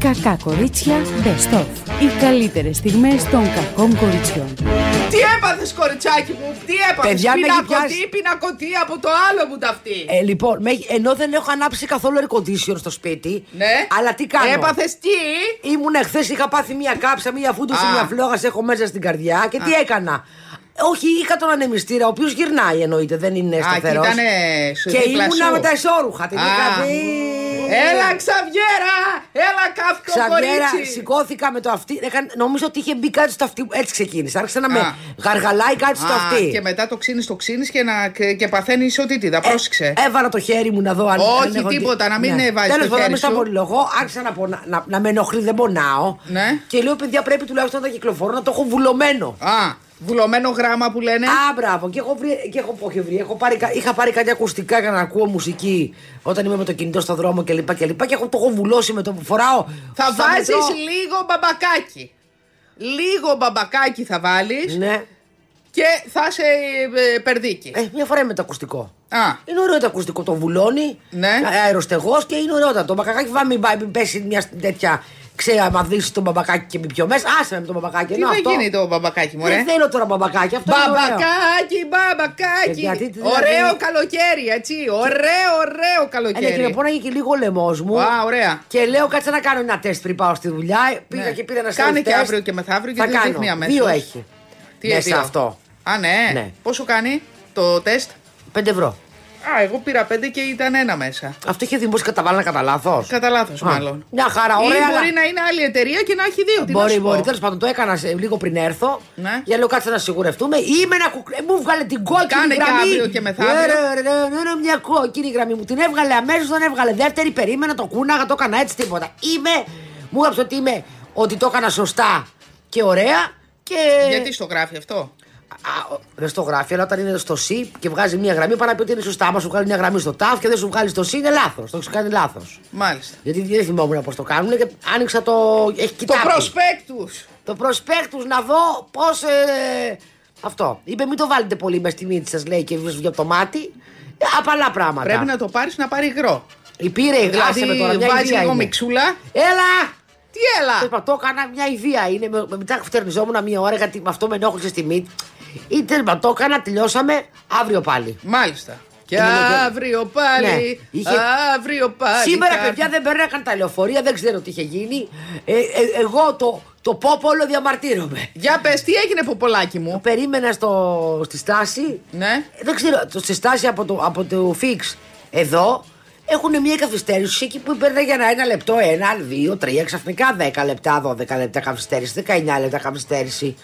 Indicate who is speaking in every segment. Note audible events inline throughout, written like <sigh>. Speaker 1: Κακά κορίτσια, best of. Οι καλύτερες στιγμές των κακών κοριτσιών.
Speaker 2: Τι έπαθες, κοριτσάκι μου, τι έπαθες.
Speaker 3: Παιδιά, με έχει πιάσει.
Speaker 2: πινακωτή, πινακωτή από το άλλο μου ταυτί.
Speaker 3: Ε, λοιπόν, με έχει- ενώ δεν έχω ανάψει καθόλου air conditioner στο σπίτι.
Speaker 2: ναι,
Speaker 3: Αλλά τι κάνω.
Speaker 2: Έπαθες τι.
Speaker 3: Ήμουν εχθέ, είχα πάθει μία κάψα, μία φούντουση,
Speaker 2: Α.
Speaker 3: μία φλόγα, σε έχω μέσα στην καρδιά. Και τι έκανα. Όχι, είχα τον ανεμιστήρα, ο οποίος γυρνάει εννοείται, δεν είναι
Speaker 2: Α, και
Speaker 3: σταθερός.
Speaker 2: ήτανε σου
Speaker 3: Ε, Και
Speaker 2: δίπλα
Speaker 3: ήμουνα
Speaker 2: σου.
Speaker 3: με τα εσόρουχα. Την
Speaker 2: Α.
Speaker 3: είχα δει.
Speaker 2: Έλα, Ξαβιέρα! Έλα, καύκο
Speaker 3: Ξαβιέρα,
Speaker 2: κορίτσι!
Speaker 3: σηκώθηκα με το αυτή. έκανα- Νομίζω ότι είχε μπει κάτι στο αυτή. Έτσι ξεκίνησε. Άρχισε να
Speaker 2: Α.
Speaker 3: με γαργαλάει κάτι στο
Speaker 2: Α,
Speaker 3: αυτή. Ε,
Speaker 2: Και μετά το ξύνεις, το ξύνεις και, να, και, και παθαίνεις ισοτήτηδα. Πρόσεξε.
Speaker 3: Έβαλα το χέρι μου να δω αν.
Speaker 2: Όχι,
Speaker 3: αν έχω τι-
Speaker 2: τίποτα, να μην, ε, βάζεις το
Speaker 3: Τέλος πάντων,
Speaker 2: χέρι
Speaker 3: μέσα
Speaker 2: σου.
Speaker 3: από λογό, άρχισα να, πονά- να, να με ενοχλεί, δεν πονάω.
Speaker 2: Ναι.
Speaker 3: Και λέω, παιδιά, πρέπει τουλάχιστον να τα κυκλοφορώ να το έχω βουλωμένο.
Speaker 2: Α, βουλωμένο γράμμα που λένε.
Speaker 3: Α, μπράβο. Και έχω, βρει, και έχω, όχι βρει, έχω πάρει, κα- είχα πάρει κάτι ακουστικά για να ακούω μουσική όταν είμαι με το κινητό στο δρόμο κλπ. Και, λοιπά και, λοιπά, και έχω, το έχω βουλώσει με το που φοράω.
Speaker 2: θα
Speaker 3: στο
Speaker 2: βάζεις
Speaker 3: μετρό.
Speaker 2: λίγο μπαμπακάκι. Λίγο μπαμπακάκι θα βάλεις
Speaker 3: Ναι.
Speaker 2: και θα σε ε, περδίκι.
Speaker 3: Ε, μια φορά είμαι το ακουστικό.
Speaker 2: Α,
Speaker 3: Είναι ωραίο το ακουστικό, το βουλώνει.
Speaker 2: Ναι.
Speaker 3: Αεροστεγός και είναι ωραίο το μπαμπακάκι. Βάμε, μην πάει, μην πέσει μια τέτοια. Ξέρει, άμα δεις τον μπαμπακάκι και μπει πιο μέσα. Άσε με τον μπαμπακάκι.
Speaker 2: τι
Speaker 3: ενώ
Speaker 2: θα
Speaker 3: αυτό-
Speaker 2: γίνει το μπαμπακάκι, μωρέ.
Speaker 3: Δεν θέλω τώρα μπαμπακάκι. Αυτό είναι ωραίο.
Speaker 2: Μπαμπακάκι, μπαμπακάκι.
Speaker 3: Παιδιά, τι- τι δηλαδή-
Speaker 2: Ωραίο καλοκαίρι, έτσι. Ωραίο, ωραίο
Speaker 3: Ένα και με
Speaker 2: καλοκαίρι.
Speaker 3: πόναγε και λίγο ο λαιμός μου.
Speaker 2: Α, ωραία.
Speaker 3: Και λέω κάτσε να κάνω ένα τεστ πριν πάω στη δουλειά. Πήγα
Speaker 2: Ναι.
Speaker 3: και πήρα ένα self-test.
Speaker 2: Κάνε και αύριο και μεθαύριο και
Speaker 3: Θα
Speaker 2: δεν
Speaker 3: κάνω.
Speaker 2: δείχνει αμέσως.
Speaker 3: Δύο έχει.
Speaker 2: Τι
Speaker 3: μέσα
Speaker 2: δύο.
Speaker 3: αυτό.
Speaker 2: Α, ναι.
Speaker 3: Ναι.
Speaker 2: Πόσο κάνει το τεστ.
Speaker 3: 5 ευρώ.
Speaker 2: Α, εγώ πήρα πέντε και ήταν ένα μέσα.
Speaker 3: Αυτό είχε δημόσιο καταβάλα κατά λάθος.
Speaker 2: Κατά λάθος,
Speaker 3: Α,
Speaker 2: μάλλον.
Speaker 3: μια χαρά,
Speaker 2: Ή
Speaker 3: ωραία,
Speaker 2: μπορεί
Speaker 3: αλλά-
Speaker 2: να είναι άλλη εταιρεία και να έχει δύο. Τι να
Speaker 3: Μπορεί,
Speaker 2: σου πω.
Speaker 3: μπορεί. Τέλος πάντων, το έκανας σε, λίγο πριν έρθω.
Speaker 2: Ναι.
Speaker 3: Για λέω κάτσε να σιγουρευτούμε. Είμαι ένα κουκ... ε, Μου βγάλε την κόκκινη
Speaker 2: Κάνε και
Speaker 3: γραμμή. Ε,
Speaker 2: αύριο και μεθαύριο.
Speaker 3: Ρε, ρε, ρε, ρε, ρε, μια κόκκινη γραμμή μου. Την έβγαλε αμέσως, δεν έβγαλε δεύτερη. Περίμενα, το κούναγα, το έκανα έτσι τίποτα. Είμαι. Μου έγραψε ότι είμαι. Ότι το έκανα σωστά και ωραία. Και.
Speaker 2: Γιατί στο γράφει αυτό.
Speaker 3: Α, ο- δεν στο γράφει, αλλά όταν είναι στο C και βγάζει μια γραμμή, πάει να πει ότι είναι σωστά. Άμα σου βγάλει μια γραμμή στο τάφ και δεν σου βγάλει στο C, είναι λάθος. Το έχεις κάνει λάθος.
Speaker 2: Μάλιστα.
Speaker 3: Γιατί δεν θυμόμουν πώς το κάνουν και άνοιξα το. Έχει
Speaker 2: Το
Speaker 3: κοιτάξει.
Speaker 2: προσπέκτου.
Speaker 3: Το προσπέκτους να δω πώς. Ε, αυτό. Είπε, μην το βάλετε πολύ μες στη μύτη σας, λέει και βγει από το μάτι. Ε, Απαλά πράγματα.
Speaker 2: Πρέπει να το πάρεις να πάρει υγρό.
Speaker 3: Η πήρε η γλάση με τώρα,
Speaker 2: Δηλαδή
Speaker 3: μια
Speaker 2: βάζει
Speaker 3: ιδέα.
Speaker 2: λίγο
Speaker 3: είναι.
Speaker 2: μιξούλα.
Speaker 3: Έλα!
Speaker 2: Τι έλα.
Speaker 3: Τέλος πάντων, Το έκανα μια ιδέα. Είναι, με, με- μετά φτερνιζόμουν μία ώρα γιατί με αυτό με ενόχλησε στη μύτη. Ή τέλος πάντων, το έκανα, τελειώσαμε αύριο πάλι.
Speaker 2: Μάλιστα. Και
Speaker 3: Είναι μεγάλο.
Speaker 2: αύριο πάλι.
Speaker 3: Ναι, είχε-
Speaker 2: Αύριο πάλι.
Speaker 3: Σήμερα,
Speaker 2: κάτι.
Speaker 3: παιδιά, δεν περνάγαν τα λεωφορεία, δεν ξέρω τι είχε γίνει. Ε, ε, εγώ το, το πόπολο διαμαρτύρομαι.
Speaker 2: Για πες, τι έγινε, Ποπολάκι μου.
Speaker 3: Περίμενα στο, στη στάση.
Speaker 2: Ναι.
Speaker 3: Ε, Δεν ξέρω, το- στη στάση από το, από το Fix εδώ έχουν μια καθυστέρηση εκεί που παίρνει για ένα, ένα λεπτό, ένα, δύο, τρία, ξαφνικά 10 λεπτά, 12 λεπτά καθυστέρηση, 19 λεπτά καθυστέρηση.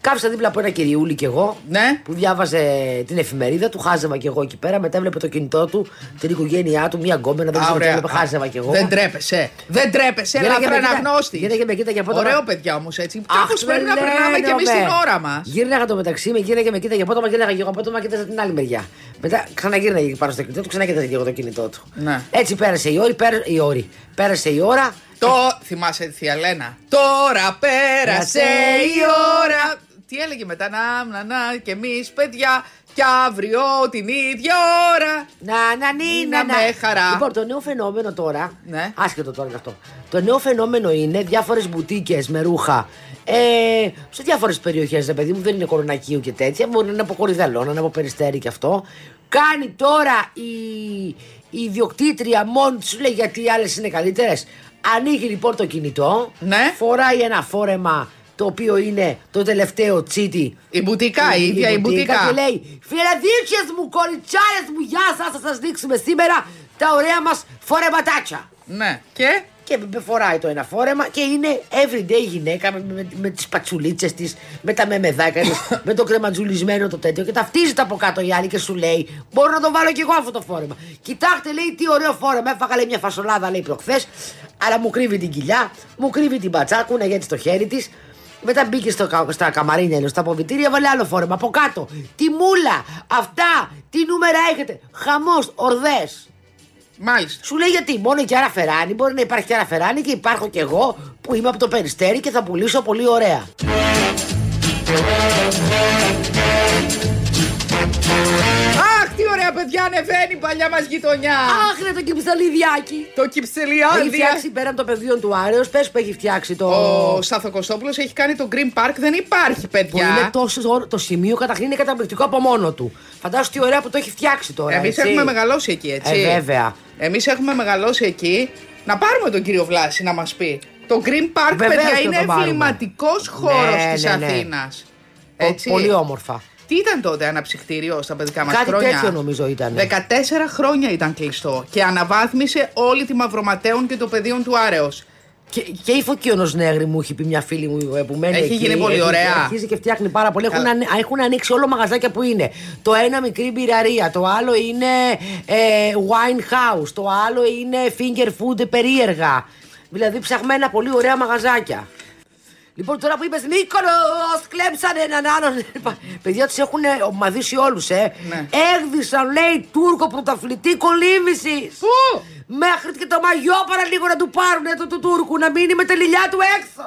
Speaker 3: Κάψα δίπλα από ένα κυριούλι κι εγώ
Speaker 2: Ναι.
Speaker 3: που διάβαζε την εφημερίδα του, χάζευα κι εγώ εκεί πέρα. Μετά έβλεπε το κινητό του, την οικογένειά του, μια γκόμενα, δεν
Speaker 2: Α,
Speaker 3: ξέρω τι
Speaker 2: ωραία.
Speaker 3: έβλεπε, χάζευα κι εγώ.
Speaker 2: Δεν τρέπεσαι. Δεν τρέπεσαι.
Speaker 3: Γέλαγε
Speaker 2: Ελαφρά
Speaker 3: με κοίτα-
Speaker 2: αναγνώστη.
Speaker 3: γέλαγε με κοίτα και από το-
Speaker 2: Ωραίο, παιδιά όμως έτσι.
Speaker 3: Αχ, ναι.
Speaker 2: Κάπω πρέπει να
Speaker 3: τρελαίνομαι.
Speaker 2: περνάμε κι εμείς την ώρα μας.
Speaker 3: Γύρναγα το μεταξύ με, γύρναγε με κοίταγε απότομα, γύρναγα και εγώ απότομα και ήταν την άλλη μεριά. Μετά ξαναγύρναγε πάνω στο κινητό του, ξανακοίταζε και εγώ το κινητό του.
Speaker 2: Ναι.
Speaker 3: Έτσι πέρασε η ώρα, πέρα, η ώρα. πέρασε η ώρα.
Speaker 2: Το θυμάσαι τη θεία Λένα. Τώρα πέρασε η ώρα. Τι έλεγε μετά, να, να, να, και εμείς παιδιά. Κι αύριο την ίδια ώρα.
Speaker 3: Να, να, νι,
Speaker 2: Νίνα
Speaker 3: να, να.
Speaker 2: με χαρά.
Speaker 3: Λοιπόν, το νέο φαινόμενο τώρα.
Speaker 2: Ναι.
Speaker 3: Άσχετο τώρα είναι αυτό. Το νέο φαινόμενο είναι διάφορες μπουτίκες με ρούχα. Ε, σε διάφορες περιοχές, ρε παιδί μου, δεν είναι κορονακίου και τέτοια. Μπορεί να είναι από κορυδαλό, να είναι από περιστέρι και αυτό. Κάνει τώρα η, η ιδιοκτήτρια μόνη τη, λέει γιατί οι άλλες είναι καλύτερες. Ανοίγει λοιπόν το κινητό.
Speaker 2: Ναι.
Speaker 3: Φοράει ένα φόρεμα το οποίο είναι το τελευταίο τσίτι
Speaker 2: Η μπουτικά, η ίδια η μπουτικά.
Speaker 3: και λέει: Φιλαδίτσιε μου, κοριτσάρες μου, γεια σας, θα σας δείξουμε σήμερα τα ωραία μας φορεματάκια.
Speaker 2: Ναι. Και.
Speaker 3: Και με- με φοράει το ένα φόρεμα και είναι everyday γυναίκα με, με, με τις πατσουλίτσες της, με τα μεμεδάκια της, με το κρεματζουλισμένο το τέτοιο. Και ταυτίζεται από κάτω η άλλη και σου λέει: Μπορώ να το βάλω κι εγώ αυτό το φόρεμα. Κοιτάξτε, λέει: Τι ωραίο φόρεμα. Έφαγα λέει, μια φασολάδα, λέει προχθές, αλλά μου κρύβει την κοιλιά, μου κρύβει την πατσάκουνα γιατί στο χέρι της. Μετά μπήκε στο, κα- στα καμαρίνια, λέω, στα αποβιτήρια, βάλε άλλο φόρεμα από κάτω. Τη μούλα, αυτά, τι νούμερα έχετε. Χαμός, ορδές.
Speaker 2: Μάλιστα.
Speaker 3: Σου λέει γιατί μόνο η Κιάρα Φεράνη μπορεί να υπάρχει Κιάρα Φεράνη και υπάρχω κι εγώ που είμαι από το Περιστέρι και θα πουλήσω πολύ ωραία.
Speaker 2: Αχ, Αχ, τι ωραία παιδιά ανεβαίνει η παλιά μας γειτονιά.
Speaker 3: Αχ, ρε το κυψαλιδιάκι.
Speaker 2: Το
Speaker 3: Έχει
Speaker 2: κυψελιάδια.
Speaker 3: φτιάξει πέραν των πεδίων του Άρεος. Πες που έχει φτιάξει το.
Speaker 2: Ο Σταθοκοστόπουλο έχει κάνει το Green Park, δεν υπάρχει
Speaker 3: που είναι
Speaker 2: παιδιά.
Speaker 3: τόσο ωρο- το σημείο καταρχήν είναι καταπληκτικό από μόνο του. Φαντάσου τι ωραία που το έχει φτιάξει τώρα.
Speaker 2: Εμείς
Speaker 3: έτσι.
Speaker 2: έχουμε μεγαλώσει εκεί, έτσι.
Speaker 3: Ε, βέβαια.
Speaker 2: Εμείς έχουμε μεγαλώσει εκεί. Να πάρουμε τον κύριο Βλάση να μας πει. Το Green Park,
Speaker 3: Βεβαίως
Speaker 2: παιδιά,
Speaker 3: και
Speaker 2: είναι
Speaker 3: το πάρουμε.
Speaker 2: εμβληματικό χώρος
Speaker 3: Ναι,
Speaker 2: της
Speaker 3: ναι, ναι.
Speaker 2: Αθήνα.
Speaker 3: Πο- Πολύ όμορφα.
Speaker 2: Τι ήταν τότε ένα ψυχτήριο στα παιδικά μας
Speaker 3: Κάτι
Speaker 2: χρόνια.
Speaker 3: τέτοιο νομίζω ήταν.
Speaker 2: 14 χρόνια ήταν κλειστό και αναβάθμισε όλη τη Μαυροματέων και το πεδίο του Άρεος.
Speaker 3: Και, και η Φωκίωνος Νέγρη μου έχει πει μια φίλη μου ε, που μένει
Speaker 2: Έχει
Speaker 3: εκεί.
Speaker 2: γίνει πολύ
Speaker 3: Έχει-
Speaker 2: ωραία.
Speaker 3: Αρχίζει και φτιάχνει πάρα πολύ. Έχουν,
Speaker 2: Καλά.
Speaker 3: ανε- έχουν ανοίξει όλο μαγαζάκια που είναι. Το ένα μικρή μπειραρία, το άλλο είναι ε, wine house, το άλλο είναι finger food περίεργα. Δηλαδή ψαχμένα πολύ ωραία μαγαζάκια. Λοιπόν, τώρα που είπες Νίκολος, κλέψανε έναν άλλον. <laughs> Παιδιά τους έχουν ομαδίσει όλους, ε.
Speaker 2: Ναι.
Speaker 3: Έκδισαν, λέει, Τούρκο πρωταθλητή κολύμβησης.
Speaker 2: Πού!
Speaker 3: Μέχρι και το μαγιό παραλίγο να του πάρουν του, του Τούρκου να μείνει με τα λιλιά του έξω.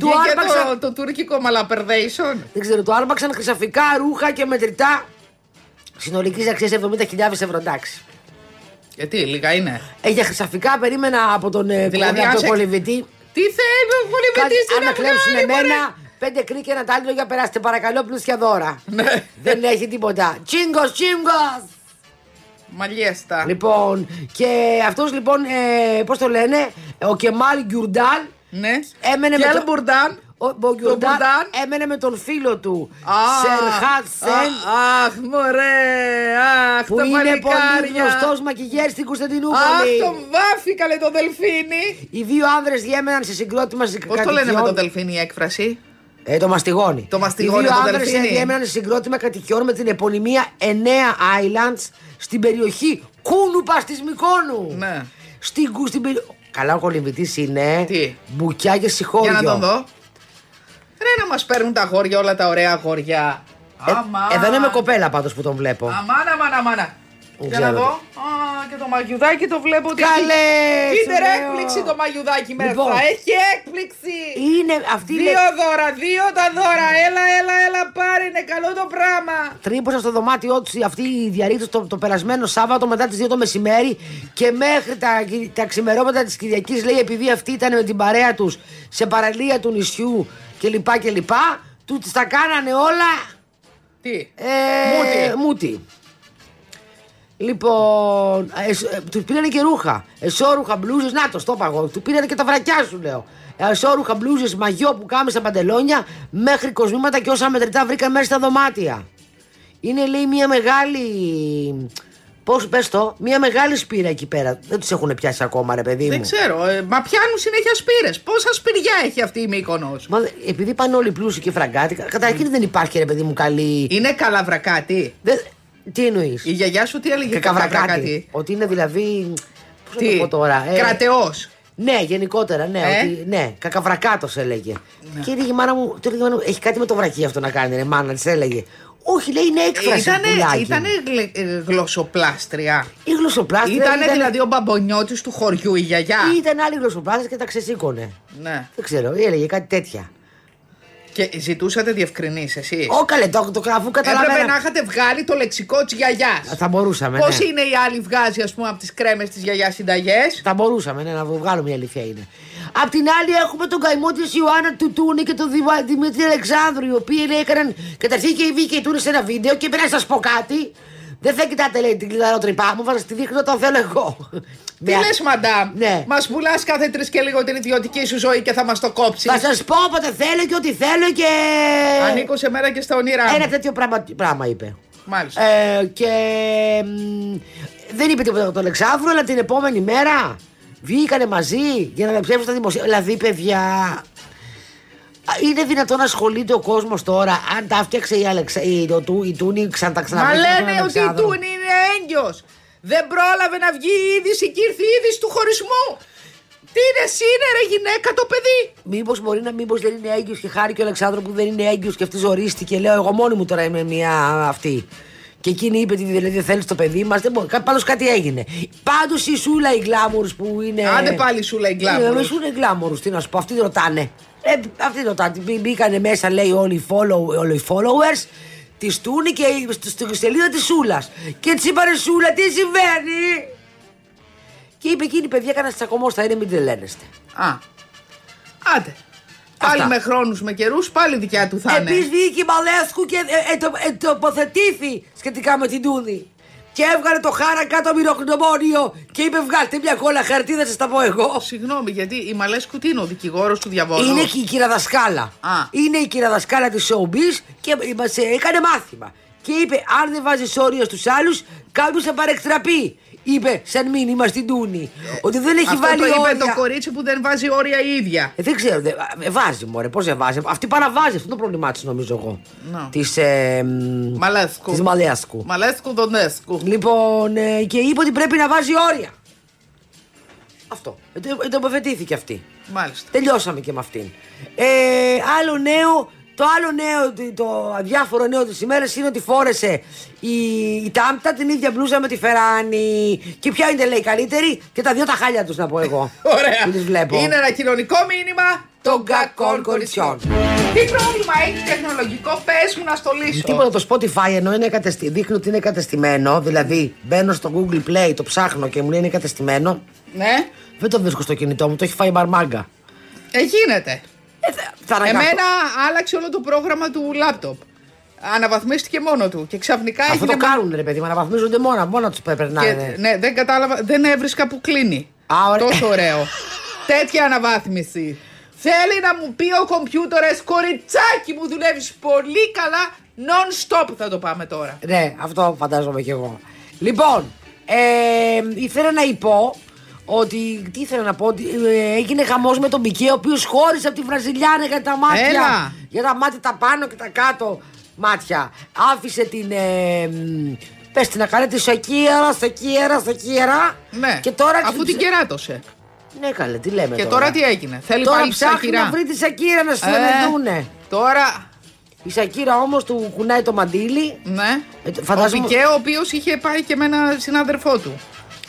Speaker 3: του
Speaker 2: Βγήκε
Speaker 3: άρπαξαν.
Speaker 2: το, το τουρκικό μαλαπερδέισον.
Speaker 3: Δεν ξέρω, του άρπαξαν χρυσαφικά ρούχα και μετρητά. Συνολικής αξίας 70.000 ευρώ, εντάξει.
Speaker 2: Γιατί, λίγα είναι.
Speaker 3: Ε, για χρυσαφικά περίμενα από τον ε,
Speaker 2: Δηλαδή,
Speaker 3: από
Speaker 2: αν
Speaker 3: τον
Speaker 2: σε-
Speaker 3: κολυβητή.
Speaker 2: Τι θέλει ο
Speaker 3: Κάτι,
Speaker 2: πολυβητή στην
Speaker 3: αν να κλέψουν
Speaker 2: Αυγάλη, μωρέ.
Speaker 3: εμένα, πέντε κρύ και ένα τάλιρο για περάστε. Παρακαλώ, πλούσια δώρα.
Speaker 2: Ναι,
Speaker 3: Δεν έχει τίποτα. Τσίγκος, τσίγκος!
Speaker 2: μαλλιέστα.
Speaker 3: Λοιπόν, και αυτός λοιπόν, ε, πώς το λένε, ο Κεμάλ Γκιουρντάλ.
Speaker 2: Ναι.
Speaker 3: Έμενε
Speaker 2: Και
Speaker 3: με
Speaker 2: άλλο
Speaker 3: το-
Speaker 2: μπουρντάν.
Speaker 3: Ο Μπογκιουρντάν
Speaker 2: Μπογκιουρντάν.
Speaker 3: έμενε με τον φίλο του,
Speaker 2: Α,
Speaker 3: Σερχάτ Σεν,
Speaker 2: α, Αχ, μωρέ. Αχ,
Speaker 3: που
Speaker 2: τα
Speaker 3: είναι πολύ
Speaker 2: παλικάρια.
Speaker 3: γνωστός μακηγέρ στην
Speaker 2: Αχ,
Speaker 3: Κωνσταντινούπολη.
Speaker 2: τον βάφηκα, λέει το δελφίνι.
Speaker 3: Οι δύο άνδρες διέμεναν σε συγκρότημα σε
Speaker 2: Πώς το λένε με το δελφίνι η έκφραση.
Speaker 3: Ε, το μαστιγόνι.
Speaker 2: Το μαστιγόνι,
Speaker 3: Οι δύο
Speaker 2: το
Speaker 3: άνδρες
Speaker 2: δελφίνι.
Speaker 3: διέμεναν σε συγκρότημα κατοικιών με την επωνυμία 9 Islands στην περιοχή Κούνουπα τη Μικόνου.
Speaker 2: Ναι.
Speaker 3: Στην, κου- στην περι- Καλά, ο κολυμβητή είναι.
Speaker 2: Τι?
Speaker 3: Μπουκιά και συγχώριο.
Speaker 2: Για να τον δω. Ρε να μας παίρνουν τα αγόρια, όλα τα ωραία αγόρια.
Speaker 3: Ε,
Speaker 2: Αμάν.
Speaker 3: εδώ είναι με κοπέλα πάντως που τον βλέπω.
Speaker 2: Αμάν, αμάν, αμάν.
Speaker 3: Δεν
Speaker 2: Για να
Speaker 3: ξέρω
Speaker 2: δω. Α, και το μαγιουδάκι το βλέπω. ότι
Speaker 3: Καλέ,
Speaker 2: έχει-
Speaker 3: σου
Speaker 2: Κίντερ
Speaker 3: λέω.
Speaker 2: έκπληξη το μαγιουδάκι μέσα.
Speaker 3: Λοιπόν.
Speaker 2: Έχει έκπληξη.
Speaker 3: Είναι, αυτή είναι
Speaker 2: Δύο δώρα, δύο τα δώρα. Έλα, έλα, έλα, πάρε. Είναι καλό το πράγμα.
Speaker 3: Τρύπωσαν στο δωμάτιό τους αυτή η διαρρήκτωση το, το περασμένο Σάββατο μετά τις 2 το μεσημέρι και μέχρι τα, τα ξημερώματα της Κυριακής λέει επειδή αυτοί ήταν με την παρέα τους σε παραλία του νησιού κλπ. κλπ. Του τις τα κάνανε όλα
Speaker 2: Τι.
Speaker 3: ε,
Speaker 2: Μούτι.
Speaker 3: μούτι. Λοιπόν, ε, εσ- ε, τους πήρανε και ρούχα. Εσόρουχα μπλούζες, να το, στο είπα εγώ. Τους πήρανε και τα βρακιά σου, λέω. Ε, Εσόρουχα μπλούζες, μαγιό που κάμεσα παντελόνια, μέχρι κοσμήματα και όσα μετρητά βρήκαν μέσα στα δωμάτια. Είναι, λέει, μια μεγάλη. Πώς πες το, μια μεγάλη σπήρα εκεί πέρα. Δεν του έχουν πιάσει ακόμα, ρε παιδί μου.
Speaker 2: Δεν ξέρω. ε, μα πιάνουν συνέχεια σπήρες. Πόσα σπηριά έχει αυτή η Μύκονος.
Speaker 3: Μα, δε- επειδή πάνε όλοι πλούσιοι και φραγκάτικα, καταρχήν δεν υπάρχει, ρε παιδί μου, καλή.
Speaker 2: Είναι καλαβρακάτι.
Speaker 3: Δεν- Τι εννοείς.
Speaker 2: Η γιαγιά σου τι έλεγε
Speaker 3: Και καβρακάτι. Ότι είναι δηλαδή. Πώς Ε, να το
Speaker 2: Τι.
Speaker 3: πω τώρα. ε,
Speaker 2: Κρατεός.
Speaker 3: Ναι, γενικότερα, ναι.
Speaker 2: Ε. Ναι.
Speaker 3: Ότι, ναι, κακαβρακάτος έλεγε. Και έλεγε η μάνα μου, του έλεγε η μάνα μου, έχει κάτι με το βρακί αυτό να κάνει, ρε μάνα, της έλεγε. Όχι, λέει, είναι έκφραση.
Speaker 2: Ε, Ήτανε,
Speaker 3: πουλάκι.
Speaker 2: ήτανε γλε- ε, γλωσσοπλάστρια.
Speaker 3: Η γλωσσοπλάστρια.
Speaker 2: Ήτανε δηλαδή ο μπαμπονιώτης του χωριού η γιαγιά.
Speaker 3: Ήταν άλλη γλωσσοπλάστρια και τα ξεσήκωνε.
Speaker 2: Ναι.
Speaker 3: Δεν ξέρω, έλεγε κάτι τέτοια.
Speaker 2: Και ζητούσατε διευκρινήσεις εσείς.
Speaker 3: Ω καλέ, το, το αφού
Speaker 2: Ε. Έπρεπε να
Speaker 3: καταλαβαίνω.
Speaker 2: είχατε βγάλει το λεξικό της γιαγιάς.
Speaker 3: Θα μπορούσαμε.
Speaker 2: Πώς
Speaker 3: ναι.
Speaker 2: είναι η άλλη βγάζει ας πούμε από τις κρέμες της γιαγιάς συνταγές.
Speaker 3: Θα μπορούσαμε ναι, να βγάλουμε η αλήθεια είναι. Απ' την άλλη έχουμε τον καημό τη Ιωάννα Τουτούνη και τον Δημα- Δημήτρη Αλεξάνδρου, οι οποίοι λέει, έκαναν. Καταρχήν και βγήκε η Τούνη σε ένα βίντεο και είπε να σας πω κάτι. Δεν θα κοιτάτε λέει την κλειδαρότρυπά μου, θα σα τη δείχνω όταν θέλω εγώ.
Speaker 2: Τι λες μαντάμ,
Speaker 3: Ναι.
Speaker 2: μας πουλάς κάθε τρεις και λίγο την ιδιωτική σου ζωή και θα μας το κόψεις.
Speaker 3: Θα σας πω όποτε θέλω και ό,τι θέλω και.
Speaker 2: Ανήκω σε μέρα και στα όνειρά
Speaker 3: Ε, Ένα
Speaker 2: μου.
Speaker 3: τέτοιο πράγμα, πράγμα είπε.
Speaker 2: Μάλιστα.
Speaker 3: Ε, και μ, δεν είπε τίποτα από τον Αλεξάνδρου, αλλά την επόμενη μέρα βγήκανε μαζί για να αναψεύσουν τα δημοσία. Δηλαδή, παιδιά, α, είναι δυνατόν να ασχολείται ο κόσμος τώρα αν τα έφτιαξε η, Αλεξα... η, το, του- η Τούνη ξανά τα
Speaker 2: Μα
Speaker 3: ξαναβρήκε στον
Speaker 2: λένε ότι η
Speaker 3: Αλεξάνδρο.
Speaker 2: Τούνη είναι έγκυος. Δεν πρόλαβε να βγει η είδηση και ήρθε η είδηση του χωρισμού. Τι είναι εσύ, είναι ρε γυναίκα το παιδί.
Speaker 3: Μήπως μπορεί να μήπως δεν είναι έγκυος και χάρη και ο Αλεξάνδρο που δεν είναι έγκυος και αυτή ζορίστηκε. Λέω, εγώ μόνη μου τώρα είμαι μια αυτή. Και εκείνη είπε ότι δηλαδή δεν θέλεις το παιδί μας. Πάντως κάτι έγινε. Πάντως η Σούλα η Γκλάμουρ που είναι.
Speaker 2: Άντε πάλι σου λέει
Speaker 3: Ε,
Speaker 2: γκλάμουρος.
Speaker 3: Εμείς είναι γκλάμορους, τι να σου πω, αυτοί ρωτάνε. Ε, αυτοί ρωτάνε. Μπή- Μπήκανε μέσα, λέει, όλοι οι, follow, όλοι οι followers της Τούνη και η- στη- στη σελίδα της Σούλας. Και της είπανε Σούλα, τι συμβαίνει. Και είπε εκείνη, παιδιά, κανένας τσακωμός θα είναι, μην τρελαίνεστε.
Speaker 2: Α. Άντε. Πάλι με χρόνους, με καιρούς, πάλι δικιά του θα είναι.
Speaker 3: Επίσης βγήκε η Μαλέσκου και ε, ε, το, ε, τοποθετήθη σχετικά με την Τούνη. Και έβγαλε το χάρα κάτω μυροκνομόνιο και είπε: Βγάλτε μια κόλλα χαρτί, θα σας τα πω εγώ.
Speaker 2: Συγγνώμη, γιατί η Μαλέσκου τι είναι ο δικηγόρος του διαβόλου.
Speaker 3: Είναι και η κυρία Δασκάλα.
Speaker 2: Α.
Speaker 3: Είναι η κυρία Δασκάλα της Showbiz και μας έκανε μάθημα. Και είπε: Αν δεν βάζεις όριο στους άλλους, κάποιο θα παρεκτραπεί. Είπε σαν μήνυμα στην Τούνη. Ότι δεν έχει
Speaker 2: Αυτό
Speaker 3: βάλει
Speaker 2: το είπε
Speaker 3: όρια.
Speaker 2: το κορίτσι που δεν βάζει όρια η ίδια.
Speaker 3: Ε, δεν ξέρω, δε, ε, βάζει μωρέ, πώς δεν βάζει. Αυτή παραβάζει, αυτό είναι το πρόβλημά της νομίζω εγώ.
Speaker 2: Να.
Speaker 3: Της, ε, μ,
Speaker 2: Μαλέσκου.
Speaker 3: της Μαλέσκου.
Speaker 2: Μαλέσκου Δονέσκου.
Speaker 3: Λοιπόν, ε, και είπε ότι πρέπει να βάζει όρια. Αυτό. Ε, το- ε, τοποθετήθηκε αυτή.
Speaker 2: Μάλιστα.
Speaker 3: Τελειώσαμε και με αυτήν. Ε, άλλο νέο, το άλλο νέο, τι- το αδιάφορο νέο της ημέρας είναι ότι φόρεσε η, η Τάμπτα την ίδια μπλούζα με τη Φεράνη. Και ποια είναι λέει η καλύτερη και τα δύο τα χάλια τους να πω εγώ.
Speaker 2: <laughs> Ωραία.
Speaker 3: Που τις βλέπω.
Speaker 2: Είναι ένα κοινωνικό μήνυμα
Speaker 3: Των κακών κοριτσιών.
Speaker 2: Τι πρόβλημα έχει τεχνολογικό, πες μου να στο λύσω.
Speaker 3: Τίποτα το Spotify ενώ είναι κατεστη... δείχνει ότι είναι κατεστημένο, δηλαδή μπαίνω στο Google Play, το ψάχνω και μου λέει είναι κατεστημένο,
Speaker 2: Ναι,
Speaker 3: δεν το βρίσκω στο κινητό μου, το έχει φάει η μαρμάγκα.
Speaker 2: ε, γίνεται.
Speaker 3: Ε, θα- θα αναγκάσω.
Speaker 2: Εμένα άλλαξε όλο το πρόγραμμα του λάπτοπ. Αναβαθμίστηκε μόνο του και ξαφνικά
Speaker 3: Αυτό
Speaker 2: έγινε.
Speaker 3: το κάνουν ρε παιδί μου, αναβαθμίζονται μόνα, μόνα τους περνάνε.
Speaker 2: Και, ναι, δεν κατάλαβα, δεν έβρισκα που κλείνει.
Speaker 3: Α, ωραία.
Speaker 2: Τόσο ωραίο. Τέτοια αναβάθμιση. Θέλει να μου πει ο κομπιούτερες, κοριτσάκι μου δουλεύεις πολύ καλά, non-stop θα το πάμε τώρα.
Speaker 3: Ναι, αυτό φαντάζομαι κι εγώ. Λοιπόν, ε, ήθελα να υπό ότι. Τι ήθελα να πω, ότι ε, έγινε χαμό με τον Πικέ, ο οποίος χώρισε από τη Βραζιλιάνα για τα μάτια.
Speaker 2: Έλα.
Speaker 3: Για τα μάτια τα πάνω και τα κάτω μάτια. Άφησε την. Ε, μ, πες την να κάνει τη Σακύρα, Σακύρα, Σακύρα.
Speaker 2: Ναι,
Speaker 3: Και τώρα
Speaker 2: αφού την κεράτωσε.
Speaker 3: Ναι, καλέ, τι λέμε.
Speaker 2: Και τώρα τι έγινε. Θέλει
Speaker 3: Τώρα
Speaker 2: πάλι
Speaker 3: ψάχνει
Speaker 2: ψαχυρά.
Speaker 3: να βρει τη Σακύρα να
Speaker 2: Ε,
Speaker 3: συνεννοηθούνε.
Speaker 2: Τώρα,
Speaker 3: Η Σακύρα όμως του κουνάει το μαντίλι.
Speaker 2: ναι.
Speaker 3: Ε, το- φαντάζομαι-
Speaker 2: Ο Πικέ, ο οποίος είχε πάει και με ένα συνάδελφό του.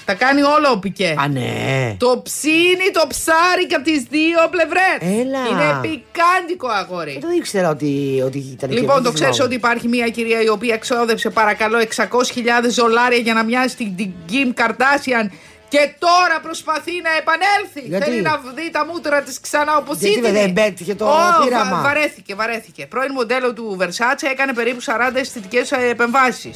Speaker 2: Τα κάνει όλα ο Πικέ.
Speaker 3: Α, ναι.
Speaker 2: Το ψήνει το ψάρι και από τις δύο πλευρές.
Speaker 3: Έλα.
Speaker 2: Είναι πικάντικο αγόρι.
Speaker 3: Δεν Ε, το ήξερα ότι, ότι ήταν
Speaker 2: Λοιπόν, το ξέρει ότι υπάρχει μια κυρία η οποία ξόδεψε παρακαλώ 600.000 δολάρια για να μοιάζει την, την Kim Kardashian και τώρα προσπαθεί να επανέλθει.
Speaker 3: Γιατί?
Speaker 2: Θέλει να δει τα μούτρα της ξανά όπως
Speaker 3: Γιατί δεν πέτυχε το πείραμα.
Speaker 2: βαρέθηκε, βαρέθηκε. Πρώην μοντέλο του Βερσάτσε έκανε περίπου 40 αισθητικέ επεμβάσει